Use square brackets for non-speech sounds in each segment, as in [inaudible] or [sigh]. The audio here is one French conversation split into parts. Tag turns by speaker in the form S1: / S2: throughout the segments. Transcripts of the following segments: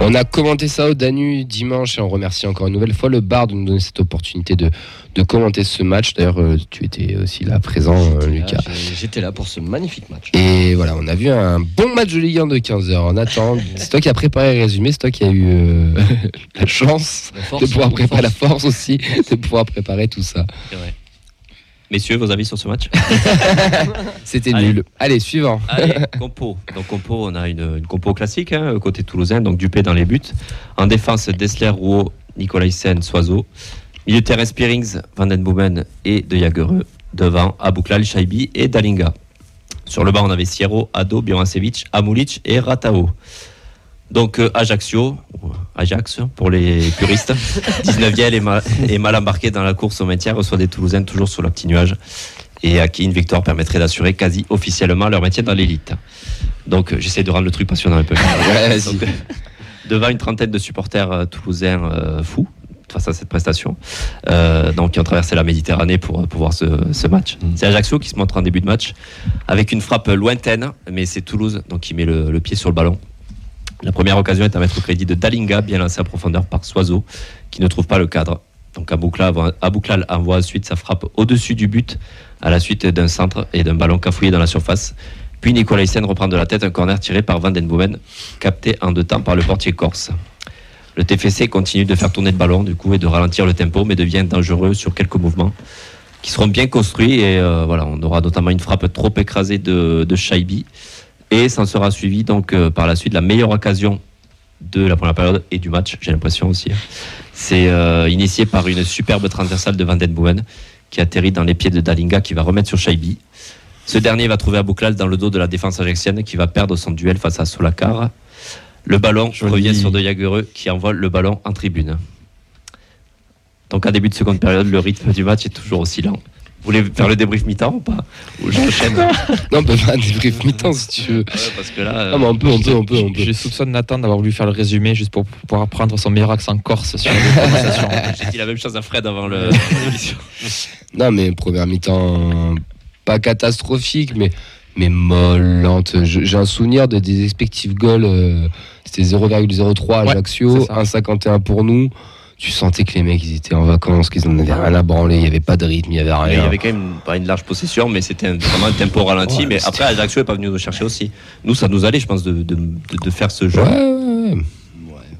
S1: On a commenté ça au Danu dimanche et on remercie encore une nouvelle fois le bar de nous donner cette opportunité de, de commenter ce match. D'ailleurs, euh, tu étais aussi là présent, euh,
S2: J'étais là,
S1: Lucas.
S2: j'ai- J'étais là pour ce magnifique match.
S1: Et voilà, on a vu un bon match de Ligue 1 de 15h. En
S2: [laughs]
S1: attendant, c'est toi qui as préparé le résumé, c'est toi qui as eu euh, [laughs] la chance
S2: La force,
S1: de pouvoir
S2: la
S1: préparer la
S2: force.
S1: force aussi, de pouvoir préparer tout ça.
S2: C'est vrai.
S3: Messieurs, vos avis sur ce match
S1: C'était
S3: Allez.
S1: nul. Allez, suivant.
S3: Allez, compo. Donc compo, on a une, une compo classique hein, côté toulousain, donc Dupé dans les buts. En défense, Dessler, Rouault, Nicolaisen, Soiseau. Milieu de terrain, Spirings, Van den Boomen et De Jagereux. Devant, Abouklal, Shaibi et Dalinga. Sur le banc, on avait Sierro, Ado, Biorancevic, Amulic et Ratao. Donc euh, Ajaccio, ou Ajax pour les puristes,
S1: [laughs]
S3: 19e et, ma- et mal embarqué dans la course au maintien, reçoit des Toulousains toujours sur le petit nuage et à qui une victoire permettrait d'assurer quasi officiellement leur maintien dans l'élite. Donc euh, j'essaie de rendre le truc passionnant un
S1: [laughs]
S3: peu.
S1: Ouais, vas-y.
S3: Donc, euh, devant une trentaine de supporters euh, toulousains euh, fous face à cette prestation, euh, donc qui ont traversé la Méditerranée pour, euh, pour voir ce, ce match.
S1: Mm.
S3: C'est Ajaccio qui se montre en début de match avec une frappe lointaine, mais c'est Toulouse donc qui met le- le pied sur le ballon. La première occasion est à mettre au crédit de Dalinga, bien lancé à profondeur par Soiseau, qui ne trouve pas le cadre. Donc Abouklal envoie- Abouklal envoie ensuite sa frappe au-dessus du but, à la suite d'un centre et d'un ballon cafouillé dans la surface. Puis Nicolas Hyssen reprend de la tête un corner tiré par Van Den Boomen, capté en deux temps par le portier corse. Le TFC continue de faire tourner le ballon, du coup, et de ralentir le tempo, mais devient dangereux sur quelques mouvements qui seront bien construits. Et euh, voilà, on aura notamment une frappe trop écrasée de, de Shaibi. Et ça en sera suivi donc euh, par la suite la meilleure occasion de la première période et du match, j'ai l'impression aussi. hein. C'est euh, initié par une superbe transversale de Van Den Boomen qui atterrit dans les pieds de Dalinga qui va remettre sur Shaibi. Ce dernier va trouver Abouklal dans le dos de la défense ajaxienne qui va perdre son duel face à Solakar. Le ballon
S1: Joli.
S3: revient sur De Jagereux qui envoie le ballon en tribune. Donc à début de seconde période, le rythme du match est toujours aussi lent. Vous voulez faire le débrief mi-temps ou pas Ou j'enchaîne
S1: Non, on peut faire un débrief mi-temps si tu veux.
S3: Ah ouais, Parce que là, euh,
S1: Non, mais on peut, on peut, on peut, on
S4: Je
S1: peut.
S4: soupçonne Nathan d'avoir voulu faire le résumé juste pour pouvoir prendre son meilleur accent corse sur les conversations.
S3: [laughs] j'ai dit la même chose à Fred avant [laughs] le- avant l'émission.
S1: Non, mais première mi-temps, pas catastrophique, mais, mais mollante. Je- J'ai un souvenir de, des expective goals. euh, C'était 0,03 à
S4: Ouais,
S1: Ajaccio,
S4: c'est ça.
S1: 1,51 pour nous. Tu sentais que les mecs, ils étaient en vacances, qu'ils en avaient rien à branler. Il n'y avait pas de rythme, il n'y avait rien.
S3: il y avait quand même pas une large possession, mais c'était un- vraiment un tempo ralenti.
S1: Ouais,
S3: mais
S1: c'était-
S3: après, Ajaccio n'est pas venu nous chercher aussi. Nous, ça nous allait, je pense, de, de- de- de faire ce
S1: Ouais,
S3: jeu.
S1: ouais, ouais.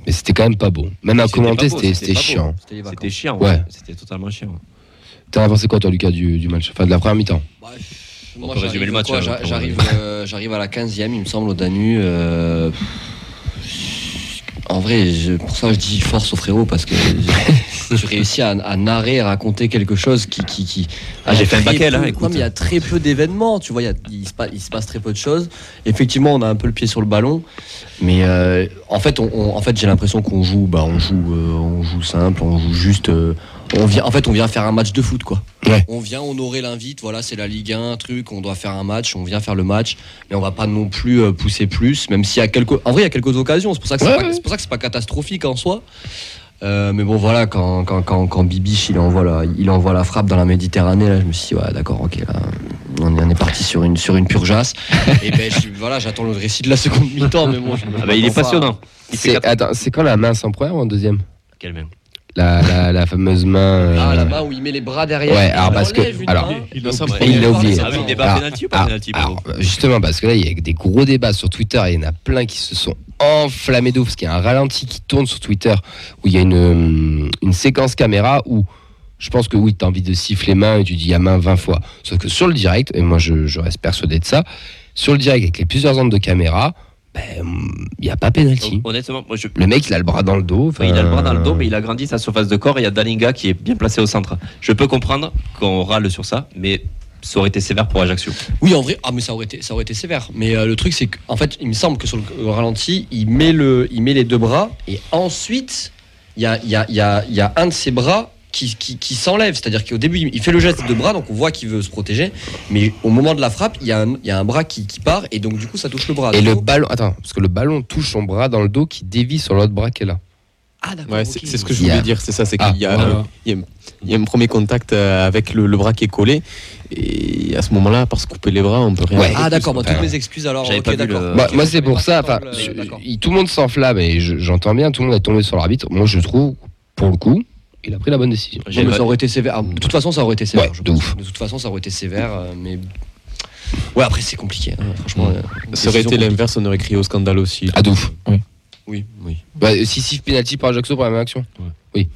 S1: Mais c'était quand même pas beau. Même à
S3: C'était
S1: commenter,
S3: pas beau,
S1: c'était c'était
S3: pas beau.
S1: chiant.
S2: C'était les vacances.
S3: C'était chiant,
S1: Ouais.
S3: ouais. C'était totalement chiant.
S1: T'en as pensé quoi, toi, Lucas, du, du match Enfin, de la première mi-temps
S2: Bah, pff,
S3: On
S2: moi,
S3: peut
S2: j'arrive
S3: résumer le match,
S2: quoi,
S3: hein,
S2: j'a-
S3: pour-
S2: J'arrive euh, j'arrive à la 15e, il me semble, au Danu. euh, pff, en vrai, je- pour ça, je dis force au frérot parce que je- tu réussis à, à narrer, à raconter quelque chose qui. qui, qui-
S3: Ah, j'ai fait un
S2: très
S3: baquet, là,
S2: peu-
S3: écoute.
S2: Non, mais il y a très peu d'événements, tu vois, il, y a- il se pa- il se passe très peu de choses. Effectivement, on a un peu le pied sur le ballon. Mais euh, en fait, on, on- en fait, j'ai l'impression qu'on joue, bah, on joue, euh, on joue simple, on joue juste. euh, on vient, en fait, on vient faire un match de foot, quoi.
S1: Ouais.
S2: On vient honorer l'invite. Voilà, c'est la Ligue 1, truc. On doit faire un match. On vient faire le match, mais on va pas non plus euh, pousser plus. Même s'il y a quelques, en vrai, il y a quelques occasions. C'est pour ça que c'est
S1: Ouais,
S2: pas,
S1: ouais.
S2: c'est pour ça que c'est pas catastrophique en soi. Euh, mais bon, voilà, quand quand quand, quand Bibiche il envoie la, il envoie la frappe dans la Méditerranée, là, je me suis dit, ouais, d'accord, ok, là, on est, on est parti sur une sur une purgeasse. Et ben, je- voilà, j'attends le récit de la seconde mi-temps, mais bon. je-
S3: Ah bah, il est
S2: Enfin,
S1: hein.
S3: passionnant. Il fait
S1: C'est-
S3: quatre-
S1: Attends, c'est quand la main sans première ou en deuxième
S3: Quelle main.
S1: la, la, la fameuse main. euh,
S2: Ah, là-bas où il met les bras derrière.
S1: Ouais, alors,
S2: Il
S1: parce que-
S2: enlève une
S1: alors,
S2: main.
S5: Il doit
S3: Ouais.
S1: Et il l'a oublié.
S3: Ah oui,
S2: Alors,
S3: débat pénalty ou pas
S1: alors,
S3: pénalty pardon
S1: alors, bah, justement, parce que là, il y a des gros débats sur Twitter et il y en a plein qui se sont enflammés de ouf, parce qu'il y a un ralenti qui tourne sur Twitter où il y a une, euh, une séquence caméra où je pense que oui, tu as envie de siffler main et tu dis à main 20 fois. Sauf que sur le direct, et moi je, je reste persuadé de ça, sur le direct avec les plusieurs angles de caméra, ben, il n'y a pas pénalty.
S3: Donc, Honnêtement, moi, je,
S1: Le mec, il a le bras dans le dos.
S3: Enfin, il a le bras dans le dos, mais il agrandit sa surface de corps et il y a Dalinga qui est bien placé au centre. Je peux comprendre qu'on râle sur ça, mais ça aurait été sévère pour Ajaccio.
S2: Oui, en vrai, ah, mais ça aurait été, ça aurait été sévère. Mais euh, le truc, c'est qu'en fait, il me semble que sur le ralenti, il met, le, il met les deux bras et ensuite, il y a, il y, a, il y, a, il y a un de ses bras qui, qui, qui s'enlève. C'est-à-dire qu'au début, il fait le geste de bras, donc on voit qu'il veut se protéger. Mais au moment de la frappe, il y a un, il y a un bras qui, qui part et donc du coup, ça touche le bras.
S1: Et
S2: Du
S1: le
S2: coup-
S1: ballon, attends, parce que le ballon touche son bras dans le dos qui dévie sur l'autre bras qui est là.
S2: Ah d'accord.
S5: Ouais,
S2: ok.
S5: c'est c'est ce que je
S1: Il y a-
S5: voulais dire, c'est ça, c'est
S1: Ah,
S5: qu'il y, a,
S2: voilà.
S5: euh, il y a un- il y a un premier contact euh, avec le, le bras qui est collé, et à ce moment-là, à part se couper les bras, on peut rien.
S1: Ouais.
S5: faire de
S2: Ah
S5: plus,
S2: d'accord,
S5: quoi.
S2: bah, toutes mes excuses alors.
S3: J'avais
S2: ok,
S3: pas vu
S2: d'accord.
S3: le-
S1: Bah,
S2: Ok,
S1: moi,
S2: j'avais
S1: c'est pour
S2: pas
S1: ça.
S2: encore
S1: Enfin,
S2: le-
S1: je-
S2: d'accord.
S1: il- tout le monde s'enflamme et je- j'entends bien, tout le monde est tombé sur l'arbitre. Moi, je trouve, pour le coup, il a pris la bonne décision.
S2: Non,
S3: J'ai
S2: mais
S3: pas-
S2: ça aurait été sévère. Ah, de toute façon, ça aurait été sévère.
S1: Ouais,
S2: je
S1: de
S2: pense.
S1: ouf.
S2: toute façon, ça aurait été sévère, euh, mais. Ouais, après, c'est compliqué. hein, Franchement. euh, une
S5: Ça aurait
S2: décision
S5: été
S2: compliquée.
S5: l'inverse, on aurait crié au scandale aussi.
S1: À Ah, de ouf.
S2: Oui, oui.
S1: Bah, euh, si si penalty par Ajaccio pour la même action.
S5: Ouais.
S1: Oui.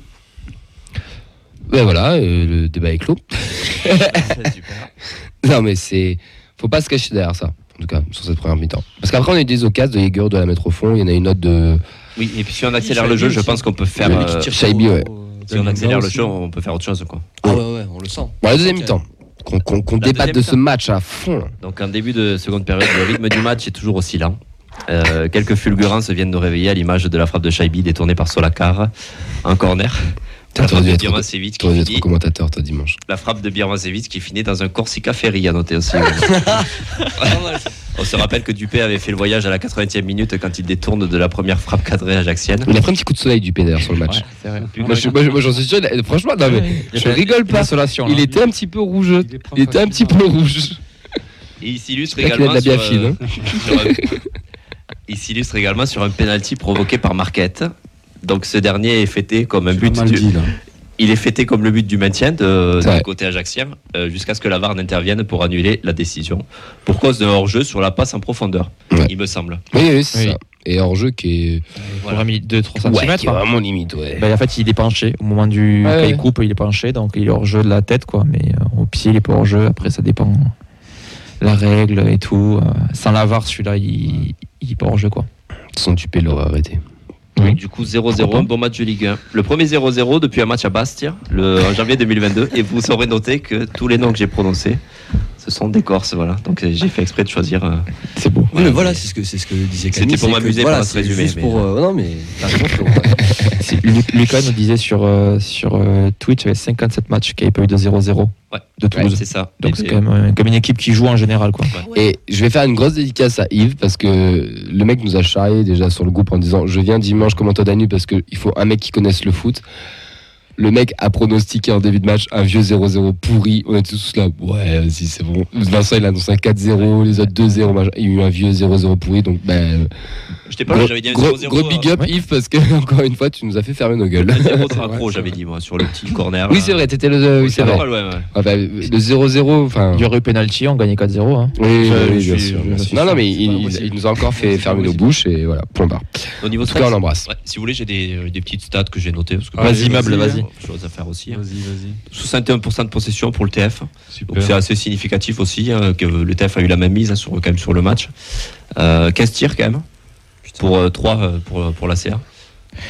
S1: Ben voilà, euh, le débat est clos. [laughs] Non, mais c'est. Faut pas se cacher derrière ça, en tout cas, sur cette première mi-temps. Parce qu'après, on a eu des occasions de Yeager de la mettre au fond. Il y en a une autre de.
S3: Oui, et puis si on accélère le
S2: Shaibi
S3: jeu, je
S2: aussi.
S3: pense qu'on peut faire.
S2: Celui qui
S3: euh,
S2: tire
S1: Shaibi,
S2: sur-
S1: ouais.
S3: Si on
S2: Ah,
S3: accélère le
S2: aussi.
S3: jeu, on peut faire autre chose, quoi.
S2: Ah ouais, ouais, on le sent.
S1: Bon, la deuxième
S2: Ok.
S1: mi-temps. Qu'on qu'on- qu'on
S3: La
S1: débatte de
S3: deuxième
S1: ce match à fond. là.
S3: Donc en début de seconde période, le rythme du match est toujours aussi lent. Euh, quelques fulgurances viennent nous réveiller à l'image de la frappe de Shaibi détournée par Solakar, un corner.
S1: Putain, T'aurais
S3: La frappe
S1: dû
S3: de
S1: être,
S3: Birmancevic qui
S1: t'aurais dû être
S3: finit-
S1: commentateur, toi, dimanche.
S3: la frappe de Birmancevic qui finit dans un Corsica Ferry à noter [laughs] aussi.
S2: Pas mal, ça.
S3: On se rappelle que Dupé avait fait le voyage à la 80e minute quand il détourne de la première frappe cadrée ajaxienne.
S1: Il a pris un petit coup de soleil du d'ailleurs sur le match.
S4: c'est vrai.
S1: Moi, je- moi, je- moi, j'en suis sûr, il a- franchement, non, mais je rigole pas.
S4: L'insolation.
S1: Il
S4: là.
S1: était un petit peu rouge.
S6: Il est propre
S1: Il était
S6: à
S1: un
S6: tout
S1: petit
S6: ça.
S1: peu rouge.
S3: Et il s'illustre
S1: J'espère qu'il a
S3: également.
S1: de la
S3: sur,
S1: biafine,
S3: euh, [laughs] sur un- il s'illustre également sur un penalty provoqué par Marquette. Donc ce dernier est fêté comme un
S6: Tu l'as
S3: but
S6: mal
S3: du,
S6: dit, là.
S3: Il est fêté comme le but du maintien de,
S1: C'est vrai.
S3: du côté ajaxien, euh, jusqu'à ce que la VAR n'intervienne pour annuler la décision, pour cause de hors-jeu sur la passe en profondeur,
S1: Ouais.
S3: il me semble.
S1: Oui, oui, c'est
S4: Oui.
S1: ça. Et hors-jeu qui est.
S4: Il aurait mis 2-3 cm.
S1: Ouais, qui est vraiment limite, ouais.
S4: hein. Ben, en fait, il est penché. Au moment du
S1: Ouais,
S4: quand
S1: ouais.
S4: il coupe, il est penché. Donc, il est hors jeu de la tête, quoi. Mais euh, au pied, il est pas hors jeu. Après, ça dépend. La règle et tout. Euh, sans l'avare, celui-là, il, il est pas hors jeu, quoi.
S1: Son Dupé l'aurait arrêté.
S4: Oui.
S3: Donc, du coup, 0-0,
S4: Pourquoi
S3: un
S4: pas
S3: bon match de Ligue 1. Le premier 0-0 depuis un match à Bastia, le, en janvier 2022, et vous saurez noter que tous les noms que j'ai prononcés, ce sont des Corses, voilà. Donc euh, j'ai fait exprès de choisir. euh,
S4: C'est beau.
S2: Oui, mais voilà, c'est ce que c'est ce que disait
S3: C'était
S2: Camille.
S3: pour
S2: c'est que,
S3: m'amuser,
S2: Voilà,
S3: pas un
S2: c'est
S3: résumé,
S2: juste
S3: mais-
S2: pour. euh, Non, mais t'as raison, Flo, [laughs] ouais.
S4: C'est- Lu- Lucas nous disait sur, euh, sur euh, Twitch, il y avait 57 matchs qui n'avaient pas eu de 0-0
S3: Ouais.
S4: de Toulouse.
S3: c'est ça.
S4: Donc, c'est
S3: Et-
S4: quand même euh, comme une équipe qui joue en général, quoi.
S1: Et je vais faire une grosse dédicace à Yves parce que le mec nous a charrié déjà sur le groupe en disant Je viens dimanche commenter Danu parce qu'il faut un mec qui connaisse le foot. Le mec a pronostiqué en début de match un vieux 0-0 pourri. On était tous là, ouais, vas-y, c'est bon. Vincent, il a annoncé un 4-0, les autres 2-0. machin. Il y a eu un vieux 0-0 pourri. Donc, ben.
S3: Je t'ai pas
S1: Gros,
S3: j'avais dit un
S1: gros-
S3: 0-0.
S1: gros big up,
S4: ouais.
S1: Yves, parce que, [laughs] encore une fois, tu nous as fait fermer nos gueules.
S3: hein. Un 0-3 accro, j'avais dit, moi, sur le petit corner. euh,
S1: Oui,
S3: là.
S1: c'est vrai, t'étais le. Oui, c'est vrai.
S3: Pas loin, ouais.
S1: Ah bah, le 0-0,
S3: Ah.
S1: enfin.
S4: Il y aurait eu penalty, on gagnait 4-0. hein.
S1: Oui, oui,
S4: Je-
S1: oui,
S4: je
S1: bien
S4: suis-
S1: sûr.
S4: je
S1: bien
S4: suis
S1: sûr. Non, non, mais il, il-
S2: possible.
S1: il nous a encore fait fermer nos bouches et voilà, point barre.
S3: Au niveau
S1: En tout cas, on l'embrasse.
S3: Ouais, si vous voulez, j'ai des, euh, des petites stats que j'ai notées. Parce que
S6: Vas-y,
S3: meuble,
S6: meuble,
S3: vas-y.
S6: vas-y.
S3: Chose à faire aussi. hein.
S6: Vas-y, vas-y.
S3: 61% de possession pour le TF. Donc c'est
S6: Super.
S3: assez significatif aussi hein, que le TF a eu la même mise hein, sur, quand même sur le match. Euh, 15 tirs quand même. Pour 3 pour, euh, pour la CA.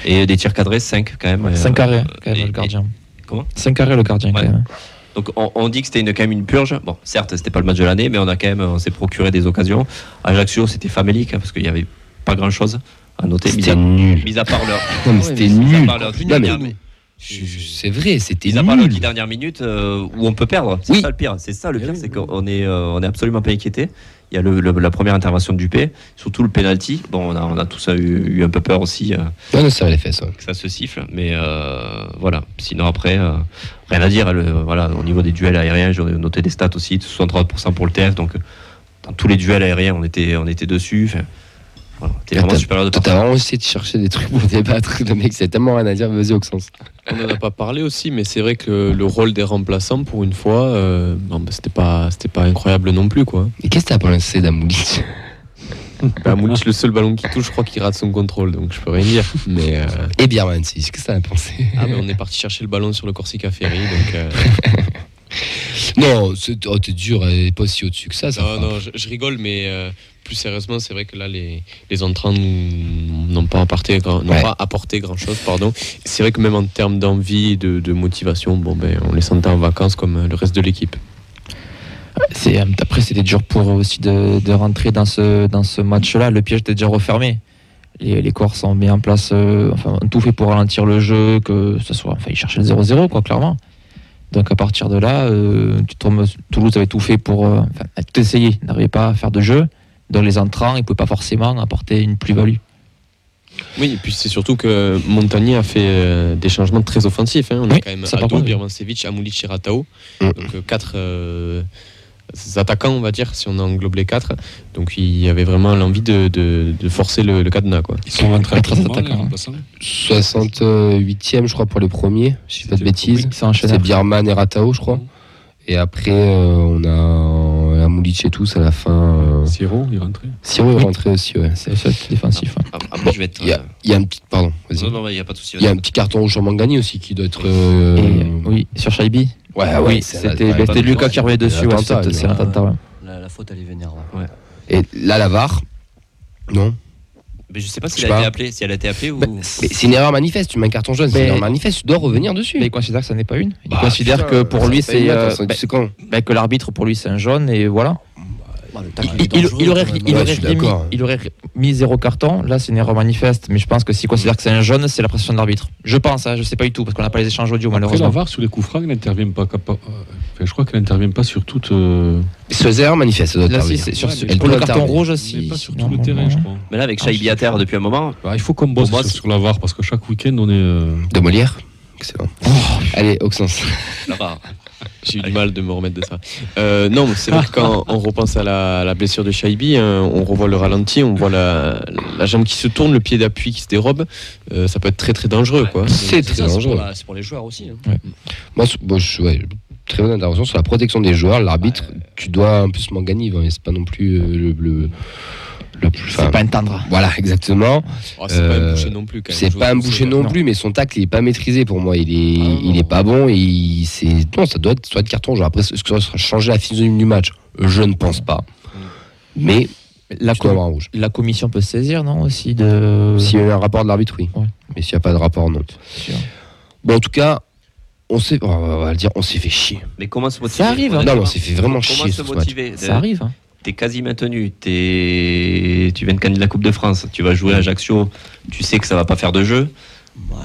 S3: Et des tirs cadrés, 5 quand même. Et,
S4: 5
S3: euh,
S4: carrés, quand
S3: et-
S4: même, le gardien.
S3: comment
S4: 5 carrés, le gardien,
S3: Ouais.
S4: quand même.
S3: Donc on, on dit que c'était une, quand même une purge. Bon, certes, c'était pas le match de l'année, mais on a quand même, on s'est procuré des occasions. Ajaccio, c'était famélique hein, parce qu'il n'y avait pas grand chose à noter. Mis à,
S1: C'était nul.
S3: mis à part leur,
S1: Non, mais
S2: Ouais,
S1: c'était
S3: mis à
S1: nul.
S3: part leur
S2: Plus
S1: Non, mais-
S2: nul, mais-
S1: Je- je- C'est vrai, c'était
S3: Ils à part les dix
S1: nul.
S3: dernières minutes euh, où on peut perdre. C'est
S1: Oui.
S3: ça le pire. C'est ça le
S2: Eh
S3: pire,
S2: oui,
S3: c'est
S2: oui.
S3: qu'on est, euh, on est absolument pas inquiété. Il y a le, le- la première intervention de Dupé, surtout le penalty. Bon, on a, on a tous eu, eu un peu peur aussi euh,
S1: Non, non, c'est les fesses. ouais.
S3: que ça se siffle, mais euh, voilà. Sinon après, euh, rien à dire. Le- voilà, au niveau des duels aériens, j'ai noté des stats aussi, 63% pour le TF. Donc euh, dans tous les duels aériens, on était, on était dessus. Enfin, voilà, on était
S1: Là,
S3: vraiment supérieur de
S1: Toi,
S3: partout.
S1: t'as vraiment essayé de chercher des trucs pour [laughs] débattre. Le mec, c'est tellement rien à dire. Vas-y, Auxence.
S5: On n'en a pas parlé aussi, mais c'est vrai que le rôle des remplaçants, pour une fois, euh, non, bah, c'était pas, c'était pas incroyable non plus, quoi.
S1: Mais qu'est-ce que t'as pensé [laughs] d'Amoulic
S5: Bah, Moulich, le seul ballon qu'il touche, je crois qu'il rate son contrôle, donc je peux rien dire. Mais, euh,
S1: Et Bierman, si, Eh qu'est-ce que t'en as pensé [laughs]
S5: ah, mais on est parti chercher le ballon sur le Corsica Ferry, donc. euh,
S1: Non, c'est- oh, t'es dur, elle est pas si au-dessus que ça. ça
S5: Non,
S1: frappe.
S5: non, je, je rigole, mais euh, plus sérieusement, c'est vrai que là, les, les entrants n'ont pas, apporté grand- n'ont
S1: Ouais.
S5: pas apporté grand-chose. pardon. C'est vrai que même en termes d'envie, de, de motivation, bon, ben, on les sentait en vacances comme euh, le reste de l'équipe.
S4: C'est, euh, après, c'était dur pour eux aussi de, de rentrer dans ce, dans ce match-là. Le piège était déjà refermé. Les, les Corses ont mis en place, euh, enfin, ont tout fait pour ralentir le jeu, que ce soit, enfin, ils cherchaient le 0-0, quoi, clairement. Donc à partir de là, euh, tu tombes- Toulouse avait tout fait pour, euh, enfin, a tout essayé, n'arrivait pas à faire de jeu. Dans les entrants, ils ne pouvaient pas forcément apporter une plus-value.
S5: Oui, et puis c'est surtout que Montagnier a fait euh, des changements très offensifs. hein. On a
S4: Oui,
S5: quand même
S4: ça par
S5: Ado,
S4: contre, oui.
S5: Birmancevic, Amoulic, Chiratao.
S1: Mm.
S5: Donc euh, quatre euh, attaquants, on va dire, si on englobe les quatre. Donc il y avait vraiment l'envie de, de- de forcer le, le cadenas. Quoi.
S6: Ils sont rentrés à
S4: Quatre
S6: quel moment,
S4: attaquants,
S6: les
S4: hein.
S6: remplaçants
S1: 68e, je crois, pour les premiers, si je dis pas de
S6: C'était-
S1: bêtises.
S4: Ils sont enchaînés.
S1: C'est Bierman et Ratao, je crois. Et après, euh, on a Amoulic et tous à la fin. euh,
S6: Siro, il est rentré.
S1: Siro est rentré aussi, ouais.
S4: C'est le seul défensif. hein.
S3: Après, je vais être. euh,
S1: Il y a un petit, pardon, vas-y.
S3: Non, non, il n'y a pas de souci.
S1: Il y a un petit carton rouge sur Mangani aussi qui doit être.
S4: Et,
S1: euh,
S4: euh, oui, sur Shaibi.
S1: Ouais, ouais,
S4: oui,
S1: c'est-
S4: c'était
S1: ouais,
S4: bah,
S1: pas
S4: c'était
S1: de-
S4: Lucas qui revenait dessus. ouais,
S1: attentat,
S4: c'est-
S1: lui.
S4: C'est un attentat. ouais.
S2: La, la faute, elle est vénère. ouais.
S1: Et là, la VAR. Non.
S3: Mais je sais pas si
S1: Je
S3: elle
S1: sais
S3: a été
S1: pas.
S3: appelée, si elle a été appelée ou.
S1: Bah, Mais c'est une erreur manifeste, tu mets un carton jaune, c'est
S4: Mais-
S1: une erreur manifeste, tu dois revenir dessus.
S4: Mais il considère que ça n'est pas une. Il
S1: Bah,
S4: considère
S1: putain,
S4: que pour
S1: ça
S4: lui,
S1: fait une
S4: c'est.
S1: note,
S4: euh,
S1: hein,
S4: bah,
S1: c'est quand
S4: bah, que l'arbitre, pour lui, c'est un jaune, et voilà.
S2: Bah, le tacle,
S4: Il,
S2: est
S4: il- il
S2: dangereux,
S4: aurait,
S2: quand même,
S4: il
S2: hein.
S1: Ouais, bah,
S4: aurait
S1: je suis
S4: mis,
S1: d'accord.
S4: il aurait mis zéro carton. Là, c'est une erreur manifeste. Mais je pense que s'il considère que c'est un jaune, c'est la pression de l'arbitre. Je pense, hein, je sais pas du tout, parce qu'on n'a pas les échanges audio,
S6: Après, la
S4: malheureusement.
S6: VAR, sur les coups francs, elle n'intervient pas. capa- euh, enfin, je crois qu'elle n'intervient pas sur toute. euh,
S1: Sur les erreurs manifestes, ça doit
S4: Là, si,
S1: intervenir.
S4: c'est sur,
S6: Ouais, mais
S4: sur-
S6: je
S4: pour le
S1: peux
S4: carton
S1: tarder.
S3: Ah,
S4: rouge,
S6: mais
S4: si.
S6: pas sur
S4: non,
S6: tout le
S4: non,
S6: terrain,
S4: non.
S6: je crois.
S3: Mais là, avec Shaibi à terre depuis un moment,
S6: Bah, il faut qu'on bosse
S3: Pour moi,
S6: sur,
S3: c'est-
S6: sur la VAR parce que chaque week-end, on est. euh,
S1: De Molière Excellent.
S4: Oh.
S1: Allez, Auxence.
S3: là-bas.
S5: J'ai eu du mal de me remettre de ça. Euh, non, mais c'est vrai que quand on repense à la, à la blessure de Shaibi, hein, on revoit le ralenti, on voit la, la jambe qui se tourne, le pied d'appui qui se dérobe. Euh, ça peut être très très dangereux. Quoi.
S1: C'est
S2: C'est
S1: très
S2: ça, c'est pour,
S1: dangereux.
S2: la- c'est pour les joueurs aussi. hein.
S1: Moi, c'est- bon, je- ouais, très bonne intervention sur la protection des joueurs. L'arbitre, tu dois un peu se manganier, mais c'est pas non plus euh, le. le, le plus,
S4: C'est
S1: enfin,
S4: pas un tendre.
S1: Voilà, exactement.
S5: Oh, c'est pas un
S1: Euh,
S5: boucher non plus. quand même.
S1: C'est
S5: Je
S1: pas
S5: vous-
S1: un boucher non,
S4: non.
S1: plus, mais son tacle, il est pas maîtrisé pour moi. Il est,
S2: Ah,
S1: il
S2: non.
S1: est pas bon. Et il- c'est non, ça doit être, ça doit être carton. Genre après, est-ce que ça sera changer la physionomie du match Je ne pense pas. Mais
S4: La,
S1: tu dois
S4: com-
S1: avoir un rouge.
S4: la commission peut se saisir, non Aussi de.
S1: S'il y a eu un rapport de l'arbitre, oui.
S4: Ouais.
S1: Mais s'il n'y a pas de rapport, non.
S4: Sûr.
S1: Bon, en tout cas, on s'est, on va on va le dire, on s'est fait chier.
S3: Mais comment se motiver
S4: arrive,
S1: Non, mais
S3: est
S4: hein.
S1: on
S3: d'accord.
S1: s'est fait vraiment
S3: Comment
S1: chier
S3: se
S1: sur ce match.
S3: motiver
S4: Ça arrive. hein.
S3: T'es quasi maintenu, t'es- tu viens de gagner la Coupe de France, tu vas jouer à Ajaccio, tu sais que ça va pas faire de jeu.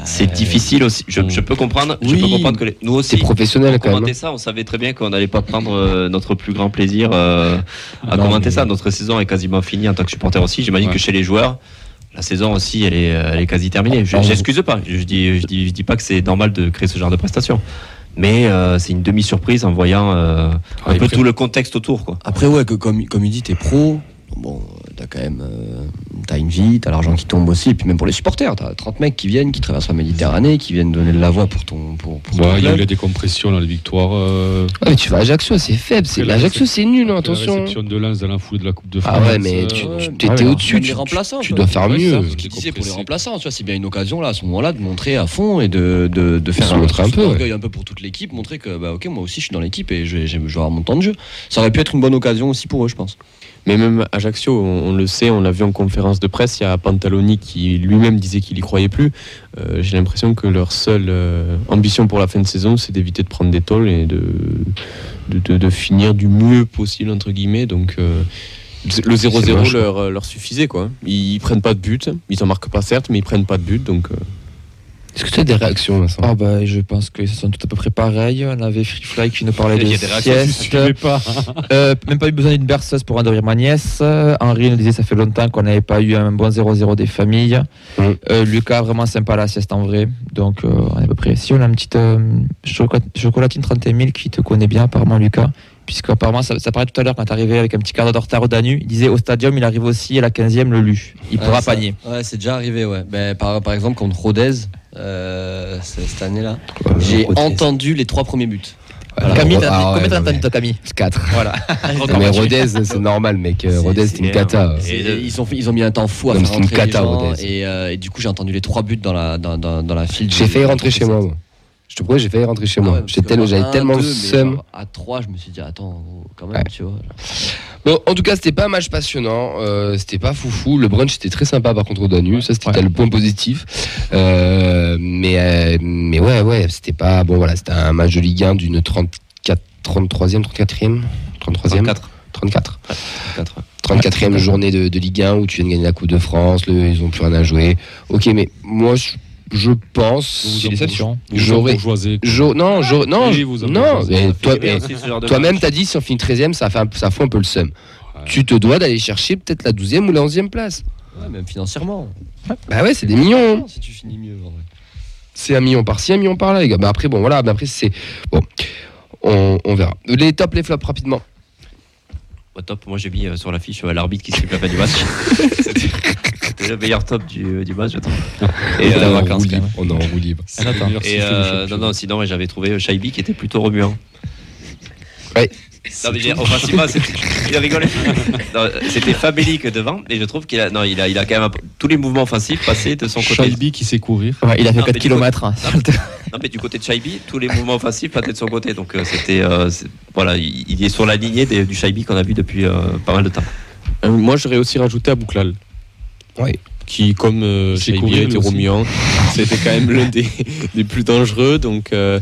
S3: C'est difficile aussi. Je, je peux comprendre. Je
S1: Oui.
S3: peux comprendre que les- nous
S1: C'est
S3: aussi.
S1: professionnel
S3: On
S1: quand même. hein.
S3: commentait ça, on savait très bien qu'on n'allait pas prendre euh, notre plus grand plaisir euh, à
S6: Non,
S3: commenter
S6: mais-
S3: ça. Notre saison est quasiment finie en tant que supporter aussi. J'imagine
S6: Ouais.
S3: que chez les joueurs, la saison aussi, elle est, euh, elle est quasi terminée. Je
S1: Ah,
S4: On-
S3: n'excuse pas. Je dis, je dis, je dis pas que c'est normal de créer ce genre de prestation. Mais euh, c'est une demi-surprise en voyant euh, un
S1: Ah,
S6: les
S3: peu
S6: pré-
S3: tout le contexte autour. Quoi.
S2: Après, ouais, que comme, comme il dit, t'es pro. Bon, t'as quand même. euh, t'as une vie, t'as l'argent qui tombe aussi. Et puis même pour les supporters, t'as 30 mecs qui viennent, qui traversent la Méditerranée, qui viennent donner de la voix pour ton. Pour, pour ton
S6: Bah, il y a eu
S2: club.
S6: la décompression, là, les victoires. euh,
S1: Ah, mais tu vas à Ajaccio, c'est faible. C'est...
S6: Après, la
S1: Ajaccio, c'est nul, hein,
S6: après la
S1: attention.
S6: réception de Lens dans la foulée de la Coupe de France.
S1: Ah ouais, mais
S6: euh,
S1: tu,
S2: ouais,
S1: tu-
S2: mais-
S1: t'étais
S4: ouais, mais
S1: au-dessus.
S2: même
S1: Tu,
S2: les remplaçants,
S1: tu
S2: quoi.
S1: dois faire
S6: Ouais,
S1: mieux.
S6: c'est ça.
S2: Ce qu'il disait pour les remplaçants, tu vois, c'est bien une occasion là, à ce moment-là, de montrer à fond et de, de, de faire
S1: se montrer un
S2: petit
S1: peu,
S2: orgueil un peu pour toute l'équipe, montrer que, bah ok, moi aussi je suis dans l'équipe et je vais, je vais avoir mon temps de jeu. Ça aurait pu être une bonne occasion aussi pour eux, je pense.
S5: Mais même Ajaccio, on, on le sait, on l'a vu en conférence de presse, il y a Pantaloni qui lui-même disait qu'il y croyait plus. Euh, J'ai l'impression que leur seule euh, ambition pour la fin de saison, c'est d'éviter de prendre des tôles et de, de, de- de finir du mieux possible, entre guillemets. Donc euh, le
S1: C'est
S5: 0-0
S1: moche.
S5: leur, euh, leur suffisait. quoi. Ils, ils prennent pas de but, ils en marquent pas certes, mais ils prennent pas de but. Donc euh,
S1: Est-ce que tu as des réactions, Vincent
S4: Ah bah, je pense que ça sont tout à peu près pareil. On avait Free Fly qui nous parlait
S3: Il y
S4: de
S3: a des réactions, tu
S4: sieste. [laughs] Euh, même pas eu besoin d'une berceuse pour endormir ma nièce. Euh, Henri nous disait ça fait longtemps qu'on n'avait pas eu un bon 0-0 des familles.
S1: Mm.
S4: Euh, Lucas vraiment sympa la sieste en vrai. Donc euh, on est à peu près. Si on a une petite euh, chocolat- chocolatine 31 000 qui te connaît bien apparemment Lucas. Puisque apparemment ça, ça paraît tout à l'heure quand t'arrivais avec un petit quart d'heure de retard au Danu, il disait au stadium il arrive aussi à la 15e le Lu. Il
S2: Ah,
S4: pourra panier.
S2: Ouais, c'est déjà arrivé, ouais. Ben, par, par exemple, contre Rodez, euh, c'est- cette année-là, j'ai entendu les trois premiers buts.
S1: Voilà.
S4: Camille,
S1: Ah
S4: t'as-
S1: ouais,
S4: combien t'as
S1: non, mais-
S4: entendu toi Camille
S1: 4.
S4: Voilà.
S1: Non, Ah, mais Rodez, c'est normal, mec.
S2: C'est-
S1: Rodez,
S2: c'est
S1: c'est une
S3: clair.
S1: cata.
S2: C'est-
S3: Et de-
S2: ils, ont, fait- ils ont mis un temps fou à
S1: Non, mais
S2: faire
S1: c'est une
S2: rentrer les
S1: cata,
S2: gens,
S1: Rodez.
S2: et, euh, et du coup j'ai entendu les trois buts dans la, dans, dans, dans la file.
S1: J'ai
S2: du-
S1: failli rentrer chez moi. moi. Je te promets, j'ai failli rentrer chez
S2: Ah
S1: moi. J'ai tellement- J'avais tellement le seum.
S2: seum. À 3, je me suis dit, attends, quand même,
S1: Ouais.
S2: tu vois.
S1: Bon, en tout cas, c'était pas un match passionnant, euh, c'était pas foufou. Le brunch était très sympa par contre au Danube, ça c'était
S4: Ouais.
S1: le point positif. Euh, mais, euh, mais ouais, ouais, c'était pas. Bon, voilà, c'était un match de Ligue 1 d'une 34, 33e, 34e 33e
S3: 34.
S1: 34
S3: 34.
S1: 34e journée de, de Ligue 1 où tu viens de gagner la Coupe de France, le- ils ont plus rien à jouer. Ok, mais moi je, je pense.
S6: Vous en
S1: J'aurais.
S6: bourgeoisé.
S1: Jo- non, jo- non,
S6: Oui, vous en
S1: non,
S6: pensez.
S1: mais
S6: Ça
S1: toi-
S3: Et
S1: mais-
S3: aussi ce genre de
S1: toi-même,
S3: match.
S1: t'as dit si on finit 13 e ça fait un, ça fout un peu le seum.
S6: Ouais.
S1: Tu te dois d'aller chercher peut-être la 12e ou la 11e place.
S2: Ouais, même financièrement.
S1: Bah ouais, c'est des millions. hein.
S2: Si tu finis mieux, en vrai.
S1: C'est un million par-ci, un million par-là, les gars. Bah après, bon, voilà. Mais après, c'est. Bon, on, on verra. Les tops, les flops, rapidement.
S3: Au top, moi j'ai mis euh, sur l'affiche euh, l'arbitre qui siffle la fin
S1: [laughs]
S3: du match. C'était c'était le meilleur top du, du match, je trouve. Et,
S1: on, est
S3: euh,
S1: Ah, en
S4: vacances,
S1: roue
S4: quand
S1: libre, on est en roue libre.
S4: Ah, attends.
S3: et, euh, non, non, sinon j'avais trouvé euh, Shaibi qui était plutôt remuant.
S1: Ouais.
S3: Non, mais j'ai- enfin, c'est pas, c'était- il a rigolé. Non, euh, C'était Fabellic devant, et je trouve qu'il a, non, il a, il a quand même un peu- tous les mouvements offensifs passés de son côté.
S6: Shalby qui sait courir.
S4: Ouais, il a
S3: Non,
S4: fait
S3: mais
S4: 4
S3: du
S4: km. Hein, sur le terrain.
S3: Non, mais du côté de Shaibi, tous les mouvements offensifs passaient de son côté. Donc euh, c'était, euh, c'est- voilà, il, il est sur la lignée des- du Shaibi qu'on a vu depuis euh, pas mal de temps.
S5: Euh, Moi, j'aurais aussi rajouté à Bouklal.
S1: Ouais.
S5: Qui, comme euh,
S6: C'est
S5: Shaibi
S6: courir,
S5: était
S6: lui aussi.
S5: romuant, c'était quand même [laughs] l'un des, des plus dangereux. Donc, euh,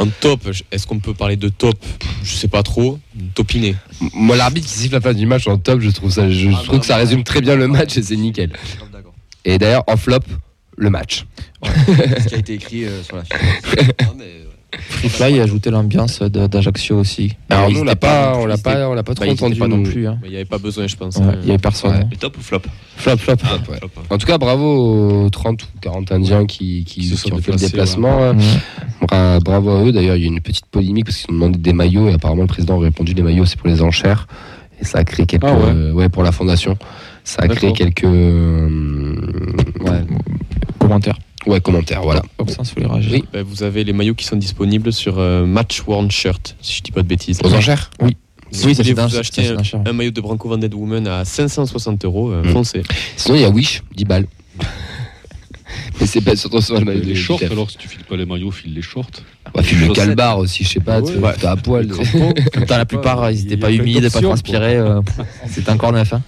S5: en top, je- est-ce qu'on peut parler de top Je sais pas trop. Topiné.
S1: M- Moi, l'arbitre qui siffle la fin du match en top, je trouve, ça, je
S2: Ah,
S1: trouve que ça
S2: bah,
S1: résume très bien le match et c'est nickel. Et d'ailleurs, en flop, le match.
S2: Ce qui a été écrit euh, sur la fiche. Non, mais, ouais.
S4: Free Fly a ajouté l'ambiance de- d'Ajaccio aussi.
S1: Alors,
S4: Bah,
S1: nous,
S4: ils
S1: on l'a
S4: étaient
S1: pas, on l'a
S4: ils étaient-
S1: pas, on l'a pas trop
S4: bah, ils étaient
S1: entendu
S4: pas non
S1: nous.
S4: plus. hein.
S5: Il n'y avait pas besoin, je pense.
S4: Ouais,
S5: hein.
S4: Il y avait personne.
S1: Ouais.
S4: hein.
S3: Le top ou flop
S4: Flop, flop.
S1: Ouais. En tout cas, bravo euh, aux 30 ou 40 Indiens qui, qui,
S6: Qui se
S1: qui
S6: sont
S1: ont fait le
S6: déplacés,
S1: déplacement. euh,
S4: Mmh.
S1: Bra- Ah, Bravo à eux. D'ailleurs, il y a eu une petite polémique parce qu'ils ont demandé des maillots et apparemment le président a répondu les maillots c'est pour les enchères et ça a créé quelques
S6: Ah ouais.
S1: euh, ouais pour la fondation. Ça a créé
S6: D'accord.
S1: quelques euh, ouais.
S4: Commentaire.
S1: ouais, commentaires voilà.
S4: Comme ça, ça voulait réagir.
S1: Oui.
S5: Ben, vous avez les maillots qui sont disponibles sur euh, Match Worn Shirt, si je dis pas de bêtises.
S1: Aux enchères
S5: Si
S4: Oui,
S5: vous
S4: ça, c'est
S5: voulez
S4: d'un-
S5: vous
S4: ça,
S5: acheter
S4: c'est
S5: un,
S4: d'un cher.
S5: un maillot de Branco Van Dead Woman à 560 euros, euh,
S1: Mm.
S5: foncez.
S1: Sinon, il y a Wish 10
S6: [laughs]
S1: balles. Mais c'est pas surtout sur le maillot
S6: Les
S1: de
S6: shorts,
S1: Wish.
S6: alors si tu files pas les maillots, file les shorts.
S1: Ouais, puis le
S3: chaussettes.
S1: calbar aussi, je sais pas, tu
S6: Ah Ouais.
S1: t'es à poil. tu sais.
S4: Putain, la plupart, ils
S6: Il y
S4: n'étaient
S6: a
S4: pas
S6: plein
S4: humides, pas
S6: d'options,
S4: transpirés. euh, [laughs] C'était encore neuf. Hein.